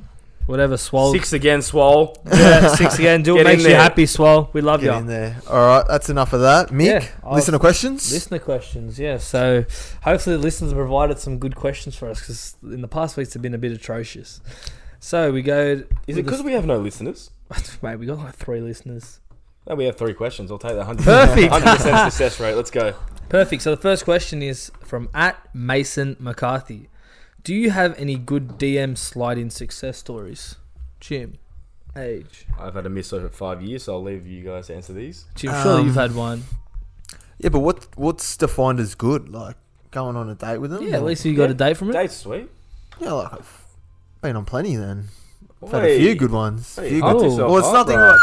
Whatever, swole.
Six again, Swell.
[LAUGHS] yeah, six again. Do
Get
what
in
makes you
there.
happy, swole. We love
get
you.
in there. All right, that's enough of that. Mick,
Yeah, I'll-
listener questions.
Listener questions, yeah. So hopefully the listeners have provided some good questions for us because in the past weeks have been a bit atrocious. So we go.
Is it because we have no listeners?
[LAUGHS] mate? We got like three listeners.
No, we have three questions. I'll take that 100%, [LAUGHS]
Perfect. [LAUGHS]
100% success rate. Let's go.
Perfect. So the first question is from at Mason McCarthy. Do you have any good DM slide in success stories? Jim. Age.
I've had a miss over five years, so I'll leave you guys to answer these.
Jim, surely
Um,
you've had one.
Yeah, but what what's defined as good? Like going on a date with them?
Yeah, at
Or-
least you got a
yeah.
date from it.
Date's sweet.
yeah, like I've been on plenty then. I've had a few good ones.
Hey,
few
hyped
good-
yourself
Well, it's
up,
nothing
bro.
like.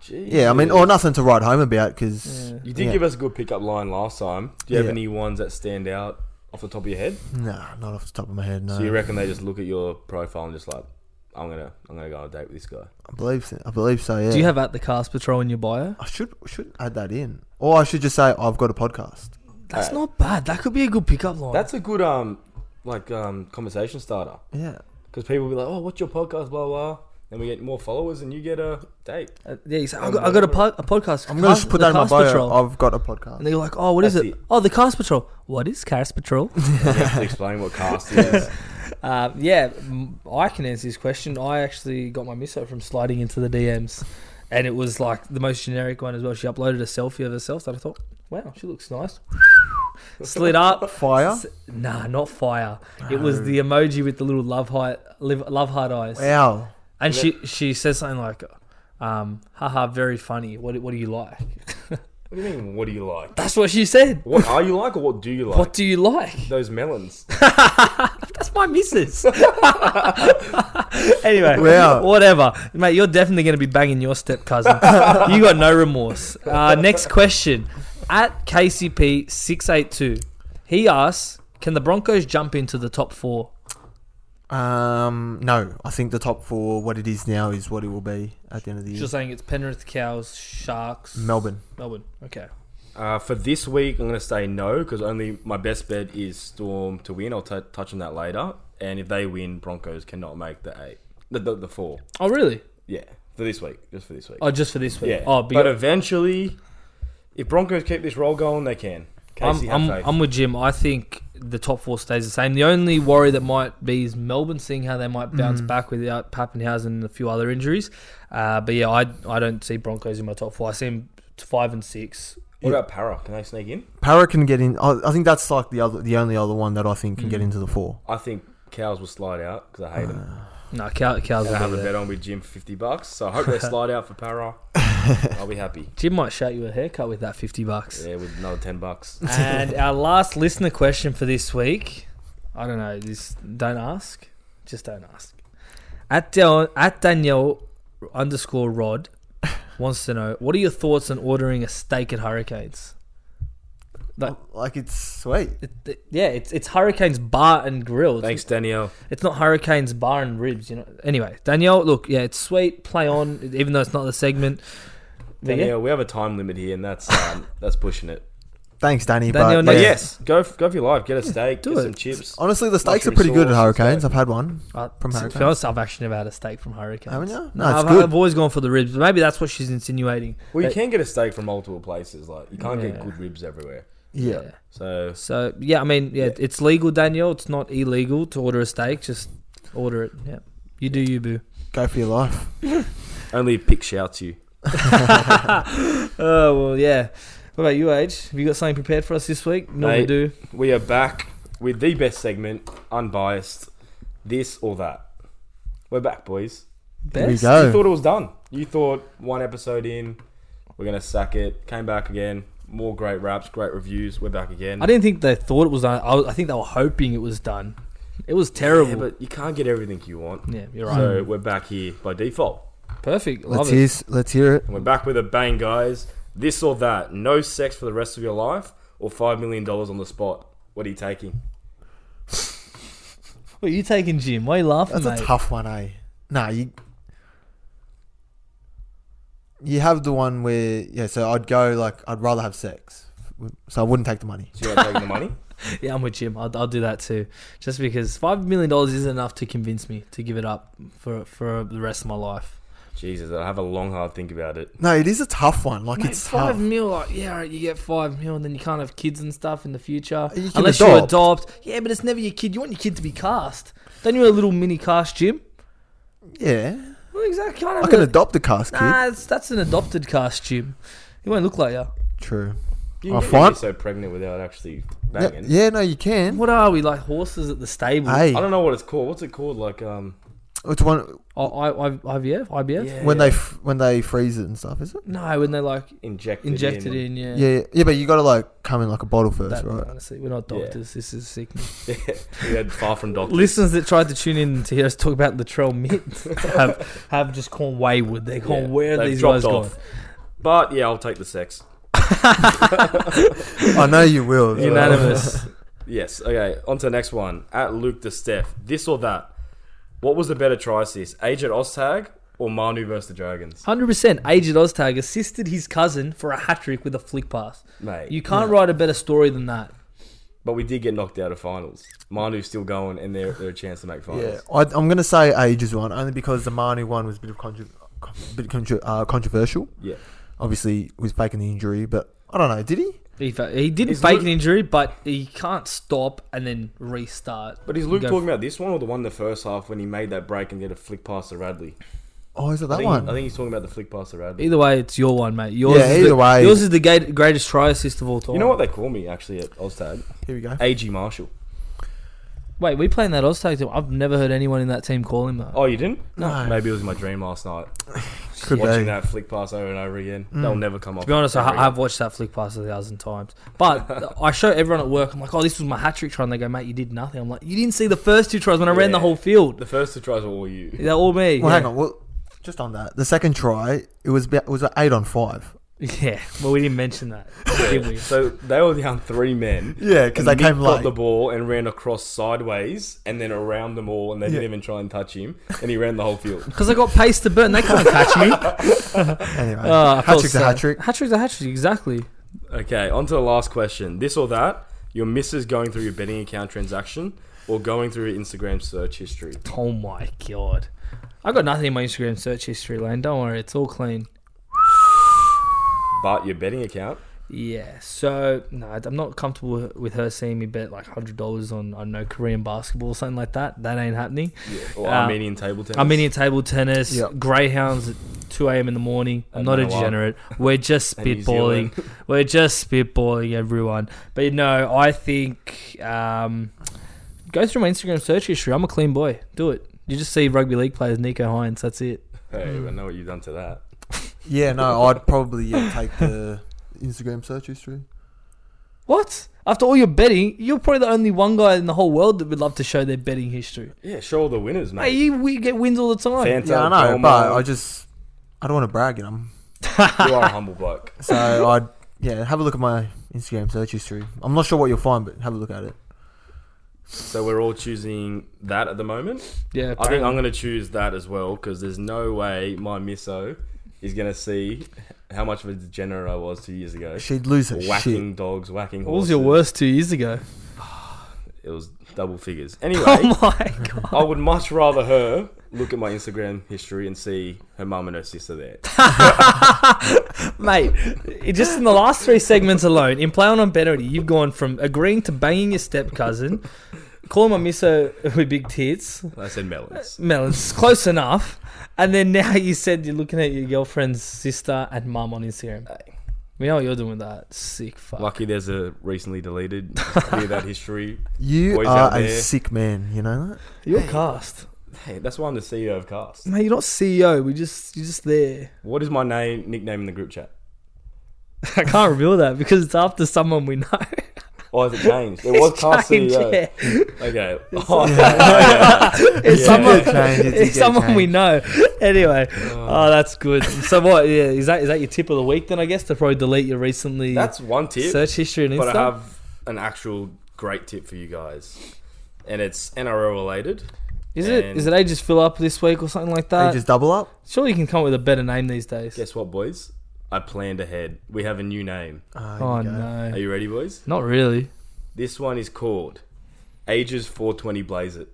Jeez.
Yeah, I mean, or nothing to write home about because.
Yeah.
You did
yeah.
give us a good pickup line last time. Do you have
Yeah.
any ones that stand out off the top of your head?
Nah, not off the top of my head. No.
So you reckon they just look at your profile and just like, I'm gonna, I'm gonna go on a date with this guy.
I believe. So, I believe so. Yeah.
Do you have at the cast patrol in your bio?
I should should add that in, or I should just say I've got a podcast.
That's
Uh,
not bad. That could be a good pickup line.
That's a good um, like um, conversation starter
Yeah.
because people be like, oh, what's your podcast? Blah blah. Then we get more followers and you get a date.
Uh, yeah, you say, I got, I got a, po- a podcast.
I'm gonna
Cast-
just put
the
that in my
Cast
bio.
Patrol.
I've got a
and
podcast.
they're like, oh, what is
That's
it?
it.
Oh, the cast patrol. What is cast patrol?
[LAUGHS] You have to explain what cast is.
uh, yeah, m- I can answer this question. I actually got my miso from sliding into the DMs, and it was like the most generic one as well. She uploaded a selfie of herself that I thought, wow, she looks nice. Slid up.
[LAUGHS] Fire.
S- Nah, not fire. It was the emoji with the little love heart, live, love heart eyes.
Wow.
And she she says something like, um, haha, very funny. What, do- what do you like? [LAUGHS]
What do [LAUGHS] you mean? What do you like?
That's what she said.
What are you like, or what do you like?
What do you like?
Those melons. [LAUGHS]
That's my missus. [LAUGHS] anyway,
Wow.
whatever. Mate, you're definitely going to be banging your
[LAUGHS]
step cousin. you got no remorse. Uh, next question. At KCP682, he asks Can the Broncos jump into the top four?
Um. No, I think the top four, what it is now, is what it will be at the end of
Mm.
the year.
Just saying it's Penrith, Cows, Sharks,
Melbourne.
Melbourne. Okay.
Uh, for this week, I'm going to say no because only my best bet is Storm to win. I'll t- touch on that later. And if they win, Broncos cannot make the eight, the, the, the four.
Oh, really?
Yeah, for this week, just for this week.
Oh, just for this week.
yeah,
Oh,
but
but
eventually, if Broncos keep this roll going, they can. Casey,
I'm,
have
I'm,
faith.
I'm with Jim. I think the top four stays the same. The only worry that might be is Melbourne seeing how they might bounce back without Pappenhausen and a few other injuries. Uh, but yeah, I I don't see Broncos in my top four. I see them t- five and six.
what about Para? Can they sneak in?
Para can get in. I, I think that's like the other, the only other one that I think
Mm.
can get into the four.
I think Cows will slide out because I hate them.
No, cow, cows
And I
are
have a
there.
bet on with Jim for 50 bucks. So I hope they slide out for Para. [LAUGHS] I'll be happy.
Jim might shout you a haircut with that fifty bucks.
Yeah, with another 10 bucks.
and our last listener question for this week, I don't know. This don't ask, just don't ask. At Del, at Danielle underscore Rod wants to know what are your thoughts on ordering a steak at Hurricanes? Like,
Like it's sweet.
it, it- yeah, it's it's Hurricanes bar and grill. It's,
Thanks, Danielle.
it's not Hurricanes bar and ribs, you know. Anyway, Danielle, look, yeah, it's sweet. Play on, even though it's not the segment. But
Danielle,
yeah,
we have a time limit here, and that's um, that's pushing it.
Thanks, Danny.
Daniel,
but
no,
But
yeah.
yes, go f- go for your life. Get a steak,
do
get
it.
some chips.
Honestly, the steaks are
Mushroom
pretty good at
sauce,
Hurricanes.
so-
I've had one.
Uh,
From
to- To
Hurricanes.
be honest, I've actually never had a steak from Hurricanes.
Haven't you?
No,
No, it's
I've,
good.
I've always gone for the ribs. but Maybe that's what she's insinuating.
Well, you
But-
can get a steak from multiple places. Like you can't
Yeah.
get good ribs everywhere.
Yeah.
So
So yeah, I mean, yeah,
Yeah.
it's legal, Daniel. It's not illegal to order a steak. Just order it. Yeah, you do you, boo.
Go for your life.
only if Pick shouts you.
Oh well, yeah. What about you, Age? Have you got something prepared for us this week? No, we
Mate.
do.
We are back with the best segment, unbiased. This or that. We're back, boys.
There we
Best.
You
go.
thought it was done. You thought one episode in, we're gonna sack it. Came back again. More great raps, great reviews. We're back again.
I didn't think they thought it was done. I, was- I think they were hoping it was done. It was terrible.
Yeah, but you can't get everything you want.
Yeah, you're right.
So we're back here by default.
Perfect.
Let's
Love
hear,
it.
s- let's hear it.
And we're back with a bang, guys. This or that. No sex for the rest of your life or $5 million on the spot. What are you taking?
What are you taking, Jim? Why are you laughing,
That's a
mate?
tough one, eh? Nah, you. You have the one where yeah. So I'd go like I'd rather have sex, so I wouldn't take the money.
So you're not taking the money?
[LAUGHS] Yeah, I'm with Jim. I'll, I'll do that too. Just because five million dollars isn't enough to convince me to give it up for for the rest of my life.
Jesus, I have a long, hard think about it.
No, it is a tough one. Like
Mate,
it's tough.
five mil, like yeah, all right, you get five mil, and then you can't have kids and stuff in the future
You can
unless you
adopt.
adopt. Yeah, but it's never your kid. You want your kid to be cast. Don't you want a little mini cast, Jim?
yeah,
Well, exactly. Can't have
I can
a-
adopt a cast kid.
nah, it's, that's an adopted cast, Jim. He won't look like you.
True.
You
I
can get
find-
so pregnant without actually
Yeah,
banging.
yeah, no, you can.
What are we like horses at the stable?
Hey,
I don't know what it's called. What's it called? Like, um,
It's one
I, I, I, IVF, IBF.
Yeah,
when
yeah.
they f- when they freeze it and stuff, is it?
No, when they like
inject [LAUGHS]
injected in, yeah.
Yeah, yeah, yeah, but you got to like come in like a bottle first,
That-
right?
Honestly, we're not
Yeah.
doctors. This is sick.
we had far
[LAUGHS]
from doctors.
Listeners that tried to tune in to hear us talk about Latrell Mitt
[LAUGHS]
have, have just gone wayward. They're gone,
Yeah,
where are
they've
these
dropped
guys going?
But yeah, I'll take the sex.
I know you will. so-
Unanimous.
Yes. Okay. On to the next one. At Luke the Steph. This or that. What was the better try assist? Agent Oztag or Manu versus the Dragons?
100% Aged Oztag assisted his cousin for a hat trick with a flick pass.
Mate.
You can't write a better story than that.
but we did get knocked out of finals. Manu's still going, and they're, they're a chance to make
Yeah,
finals.
I, I'm gonna say ages one only because the Manu one was a bit of contro- a bit contro- uh, controversial.
Yeah.
Obviously, he was faking the injury, but I don't know. Did he?
He, fa- he didn't
Is
fake
Luke-
an injury, but he can't stop and then restart.
But is Luke
Go
talking about this one or the one in the first half when he made that break and did a flick pass to Radley?
Oh, is it
I
that
think,
one?
I think he's talking about the flick pass to Radley.
Either way, it's your one, mate. Yours
Yeah,
is the,
either way.
Yours is the ga- greatest try assist of all time.
You know what they call me actually at Oztag?
Here we go.
AG Marshall.
Wait, we playing that Oztag team? I've never heard anyone in that team call him that.
Oh, you didn't?
No.
Maybe it was my dream last night.
Could
watching
be.
that flick pass over and over again.
Mm.
They'll never come off.
To be honest, I,
Ever
ha- I've watched that flick pass a thousand times.
[LAUGHS]
But I show everyone at work, I'm like, oh, this was my hat trick try. And they go, mate, you did nothing. I'm like, you didn't see the first two tries when I ran the
Yeah.
whole field.
The first two tries were all you.
They're all me.
Well,
yeah.
hang on. Well, just on that, the second try, it was about, it was an eight on five.
[LAUGHS] Yeah. Well, we didn't mention
[LAUGHS]
that. did we?
So they were down three men.
Yeah, because they
Mick
came
got
late.
the ball and ran across sideways and then around them all, and they didn't
Yeah.
even try and touch him. And he ran the whole field.
Because I got pace to burn. They can't
[LAUGHS]
catch me.
anyway,
Ah,
Oh, I
hat
felt
trick's a
sad.
hat trick.
Hat trick's a hat trick, exactly.
Okay, on to the last question. This or that? Your missus going through your betting account transaction or going through your Instagram search history?
Oh my god. I got nothing in my Instagram search history, Lane. Don't worry, it's all clean.
But your betting account?
Yeah, so no, I'm not comfortable with her seeing me bet like hundred dollars on I don't know Korean basketball or something like that. That ain't happening.
Yeah, or
Uh,
Armenian table tennis?
Armenian table tennis,
Yep.
greyhounds at 2 a.m. in the morning. I'm
And
not a
Manawa.
degenerate.
[LAUGHS]
We're just
And New
spitballing. We're just spitballing, everyone. But no, I think um, go through my Instagram search history. I'm a clean boy. Do it. You just see rugby league players, Nico Hines. That's it.
Hey,
Mm.
I know what you've done to that.
Yeah, no, I'd probably yeah, take the Instagram search
[LAUGHS]
history.
What? After all your betting, you're probably the only one guy in the whole world that would love to show their betting history.
Yeah, show all the winners,
Hey,
mate.
you we get wins all the time.
Fanta,
Yeah, I know,
Belmont.
but I just I don't want to brag, you know.
you are a humble bloke.
So I'd yeah have a look at my Instagram search history. I'm not sure what you'll find, but have a look at it.
So we're all choosing that at the moment.
Yeah,
I think I'm going to choose that as well because there's no way my miso is going to see how much of a degenerate I was two years ago.
She'd lose her
Whacking
shit.
dogs, whacking
What
horses.
was your worst two years ago?
It was double figures. Anyway,
[LAUGHS] Oh
[LAUGHS]
my god!
I would much rather her look at my Instagram history and see her mum and her sister there.
[LAUGHS] Mate, it- just in the last three segments alone, in Play On on Penalty, you've gone from agreeing to banging your step cousin, calling my miso [LAUGHS] with big tits,
I said melons.
melons, close enough, and then now you said you're looking at your girlfriend's sister and mum on Instagram. We know what you're doing with that. Sick fuck.
Lucky there's a recently deleted. Clear that history.
You
Boys
are
out
a
there.
sick man. You know that.
you're cast.
Hey, that's why I'm the CEO of Cast.
Mate, you're not CEO. We just you're just there. [LAUGHS]
What is my name nickname in the group chat?
I can't reveal that because it's after someone we know.
Or Oh, has it changed?
[LAUGHS]
It was Cast E
Change,
CEO. [LAUGHS]
yeah.
Okay. Oh, yeah.
It's
Yeah.
someone,
It did change, it did
it's
get
someone we
changed.
know. Anyway, oh, that's good. So what? Yeah, is that is that your tip of the week? Then I guess to probably delete your recently
That's one tip.
search history and
but
Insta.
I have an actual great tip for you guys, and it's NRL related.
is it
and-
is it ages fill up this week or something like
Uh,
They
that?
just double up.
Surely you can come up with a better name these days.
Guess what, boys? I planned ahead. We have a new name.
Ah, here
oh
we go.
Are
no,
you ready, boys?
not really.
This one is called Ages 420 Blaze It.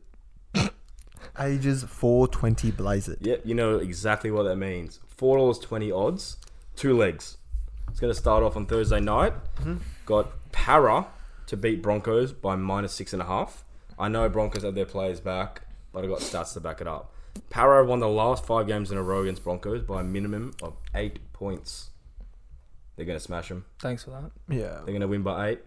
Ages 420 blaze it.
Yep, you know exactly what that means. Four dollars twenty odds, two legs. It's gonna start off on Thursday night. Got Para to beat Broncos by minus six and a half. I know Broncos have their players back, but I got stats to back it up. Para won the last five games in a row against Broncos by a minimum of eight points. They're gonna smash them.
Thanks for that.
Yeah, I
They're gonna win by eight.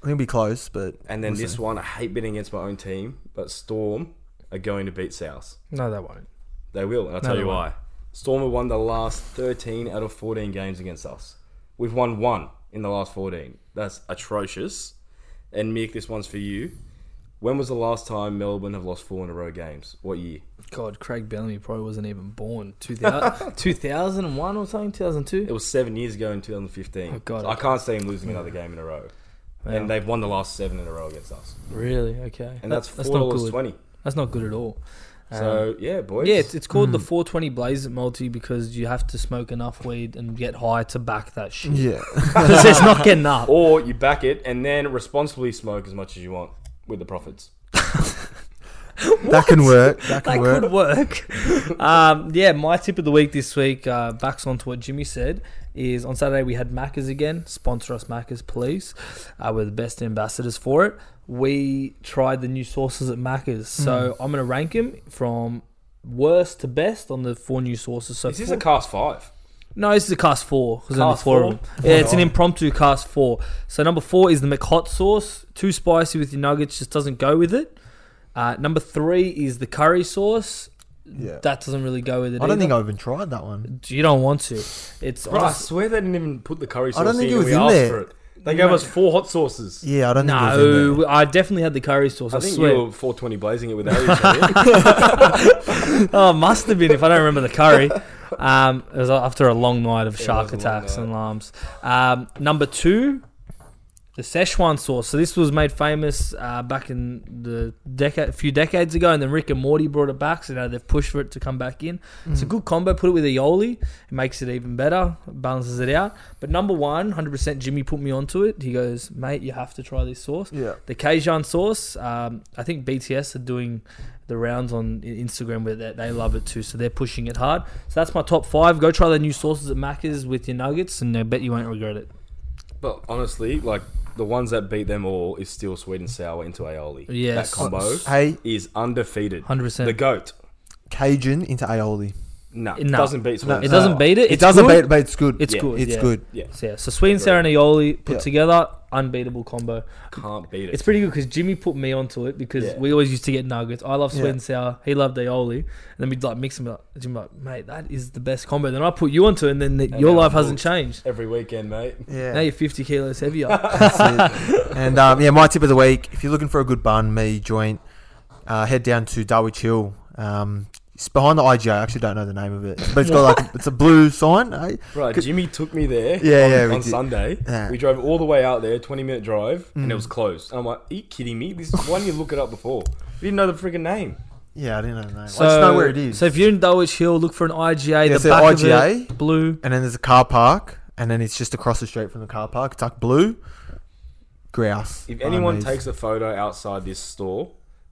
think it'll be close, but
And then
We'll
this
see.
one, I hate betting against my own team, but Storm are going to beat South.
No, they won't.
They will, and I'll
No,
tell
they
you
won't.
why. Storm have won the last 13 out of 14 games against us. We've won one in the last 14. That's atrocious. And Mick, this one's for you. When was the last time Melbourne have lost four in a row games? What year?
God, Craig Bellamy probably wasn't even born
[LAUGHS]
2000, 2001 or something, 2002.
It was seven years ago in 2015.
Oh, God.
So I can't see them losing another game in a row.
Yeah.
And they've won the last seven in a row against us.
Really? Okay.
And that's
That- that's not good.
$4.20.
That's not good at all. Um,
So, yeah, boys.
Yeah, it's, it's called
Hmm.
the 420 Blaze multi because you have to smoke enough weed and get high to
[LAUGHS]
back that shit. [LAUGHS]
Yeah. [LAUGHS]
Because it's not getting up.
Or you back it and then responsibly smoke as much as you want with the profits.
that can
[LAUGHS]
work. That can
That
work.
could work. [LAUGHS] um, yeah, my tip of the week this week uh, backs on to what Jimmy said. Is on Saturday we had Macca's again. Sponsor us, Macca's, please. Uh, we're the best ambassadors for it. We tried the new sauces at Macca's, so
Hmm.
I'm going to rank them from worst to best on the four new sauces. So
Is this
four-
a cast five?
No, this is a cast four. 'cause there's only
Cast
four,
four?
of them. Yeah, it's an impromptu cast four. So number four is the McHot sauce. Too spicy with your nuggets just doesn't go with it. Uh, number three is the curry sauce.
Yeah.
That doesn't really go with it.
I don't think
either.
I've even tried that one.
you don't want to. It's
Bro, I
honest-
swear they didn't even put the curry sauce
I don't think
in.
it was
we
in
asked
there.
For it. They gave us four hot sauces.
Yeah, I don't think it was in there.
no. I definitely had the curry sauce. I,
I think
swear.
you were 420 blazing it with [LAUGHS] Harry.
[LAUGHS] oh, must have been if I don't remember the curry. Um, it was after a long night of shark
was a long
attacks
night.
and alarms. Um, number two, the Szechuan sauce. So this was made famous uh, back in the decade, a few decades ago, and then Rick and Morty brought it back. So now they've pushed for it to come back in. It's a
Mm.
good combo. Put it with aioli, it makes it even better, balances it out. But number one, 100% Jimmy put me onto it. He goes, mate, you have to try this sauce
Yeah.
the Cajun sauce. Um, I think BTS are doing the rounds on I- Instagram where they, they love it too, so they're pushing it hard. So that's my top five. Go try the new sauces at Macca's with your nuggets, and I bet you won't regret it.
but honestly, like the ones that beat them all is still sweet and sour into aioli.
Yes.
that combo
Hey,
is undefeated.
Hundred
The
percent.
goat.
Cajun into aioli.
No, it
No.
doesn't beat sweet.
No,
and
It
sour.
doesn't beat it.
It
It's
doesn't
good.
beat, but it's good.
It's
Yeah.
good.
It's
yeah.
good.
Yeah,
So yeah, so sweet and sour and aioli put
Yeah.
together, unbeatable combo.
can't beat it.
It's pretty good because Jimmy put me onto it because
Yeah.
we always used to get nuggets. I love sweet
Yeah.
and sour. He loved aioli, and then we'd like mix them up. Jimmy like, mate, that is the best combo. Then I put you onto, it, and then
And
your
now
life
I'm
hasn't
hooked.
changed.
every weekend, mate.
Yeah.
Now you're 50
[LAUGHS]
kilos heavier.
That's it. And um, yeah, my tip of the week: if you're looking for a good bun me joint, uh, head down to Darwich Hill. Um, it's behind the IGA. I actually don't know the name of it, but it's got
[LAUGHS]
like it's a blue sign. eh?
Bro, Jimmy took me there.
Yeah,
on,
yeah, we
on
did.
Sunday,
Yeah.
we drove all the way out there, twenty minute drive, and it was closed. And I'm like, are you kidding me? This why didn't you look it up before? We didn't know the freaking name.
Yeah, I didn't know the name. I just know where it is.
So if you're in Dulwich Hill, look for an IGA.
Yeah,
the
so
back
IGA.
of it, blue.
and then there's a car park, and then it's just across the street from the car park. It's like blue grouse.
If anyone
Armies.
takes a photo outside this store,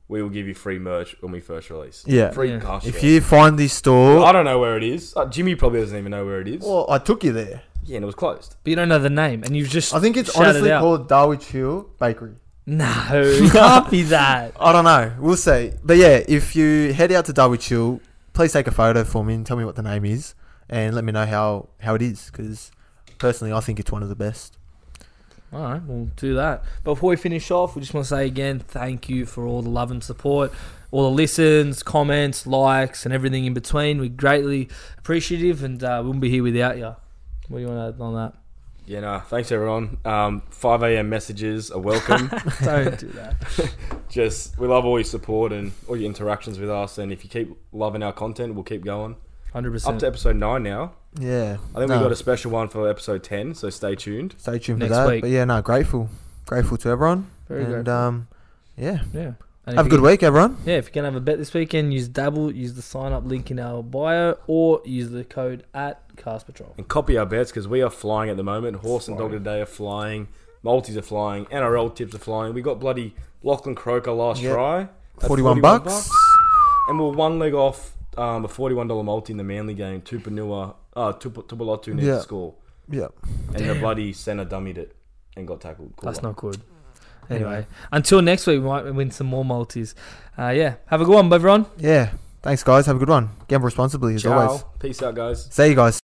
we will give you free merch when we first release.
Yeah.
Free
Yeah.
car
if
shit.
you find this store,
I don't know where it is. Uh, Jimmy probably doesn't even know where it is.
well, I took you there.
yeah, and it was closed.
But you don't know the name, and you've just
I think it's
shouted
honestly
out.
called Darwich Hill Bakery.
No, it can't be
[LAUGHS]
that.
I don't know. We'll see. But yeah, if you head out to Darwich Hill, please take a photo for me and tell me what the name is, and let me know how how it is. Because personally, I think it's one of the best.
All right, we'll do that. But before we finish off, we just want to say again, thank you for all the love and support, all the listens, comments, likes, and everything in between. We're greatly appreciative, and uh, we wouldn't be here without you. What do you want to add on that?
Yeah, no. Thanks everyone. Um, 5 a.m. messages
[LAUGHS]
are welcome.
Don't do that.
Just we love all your support and all your interactions with us. And if you keep loving our content, we'll keep going.
Hundred
Up
percent.
to episode nine now.
Yeah,
I think
no,
we got a special one for episode ten. So stay tuned.
stay tuned for
next
that.
week.
But yeah, no, grateful, grateful to everyone,
Very
and
good.
um, yeah,
yeah. And if
have a
you
good
can-
week, everyone.
Yeah, if you're gonna have a bet this weekend, use Dabble, use the sign up link in our bio, or use the code at Cast Patrol.
and copy our bets because we are flying at the moment. Horse and dog
Flying.
today are flying. Maltese are flying. NRL tips are flying. We got bloody Lachlan Croker last
Yep.
try. at
41 bucks.
And we're one leg off um, a $41 multi in the Manly game. Tupanua, uh, Tup- Tupalotu needs
Yeah.
to score.
Yeah,
And the bloody centre dummied it and got tackled. Cool
That's
one.
not good. Anyway, until next week, we might win some more multis. Uh, yeah, have a good one, everyone.
yeah. Thanks, guys. Have a good one. Gamble responsibly, as
Ciao.
always.
Peace out, guys.
See you guys.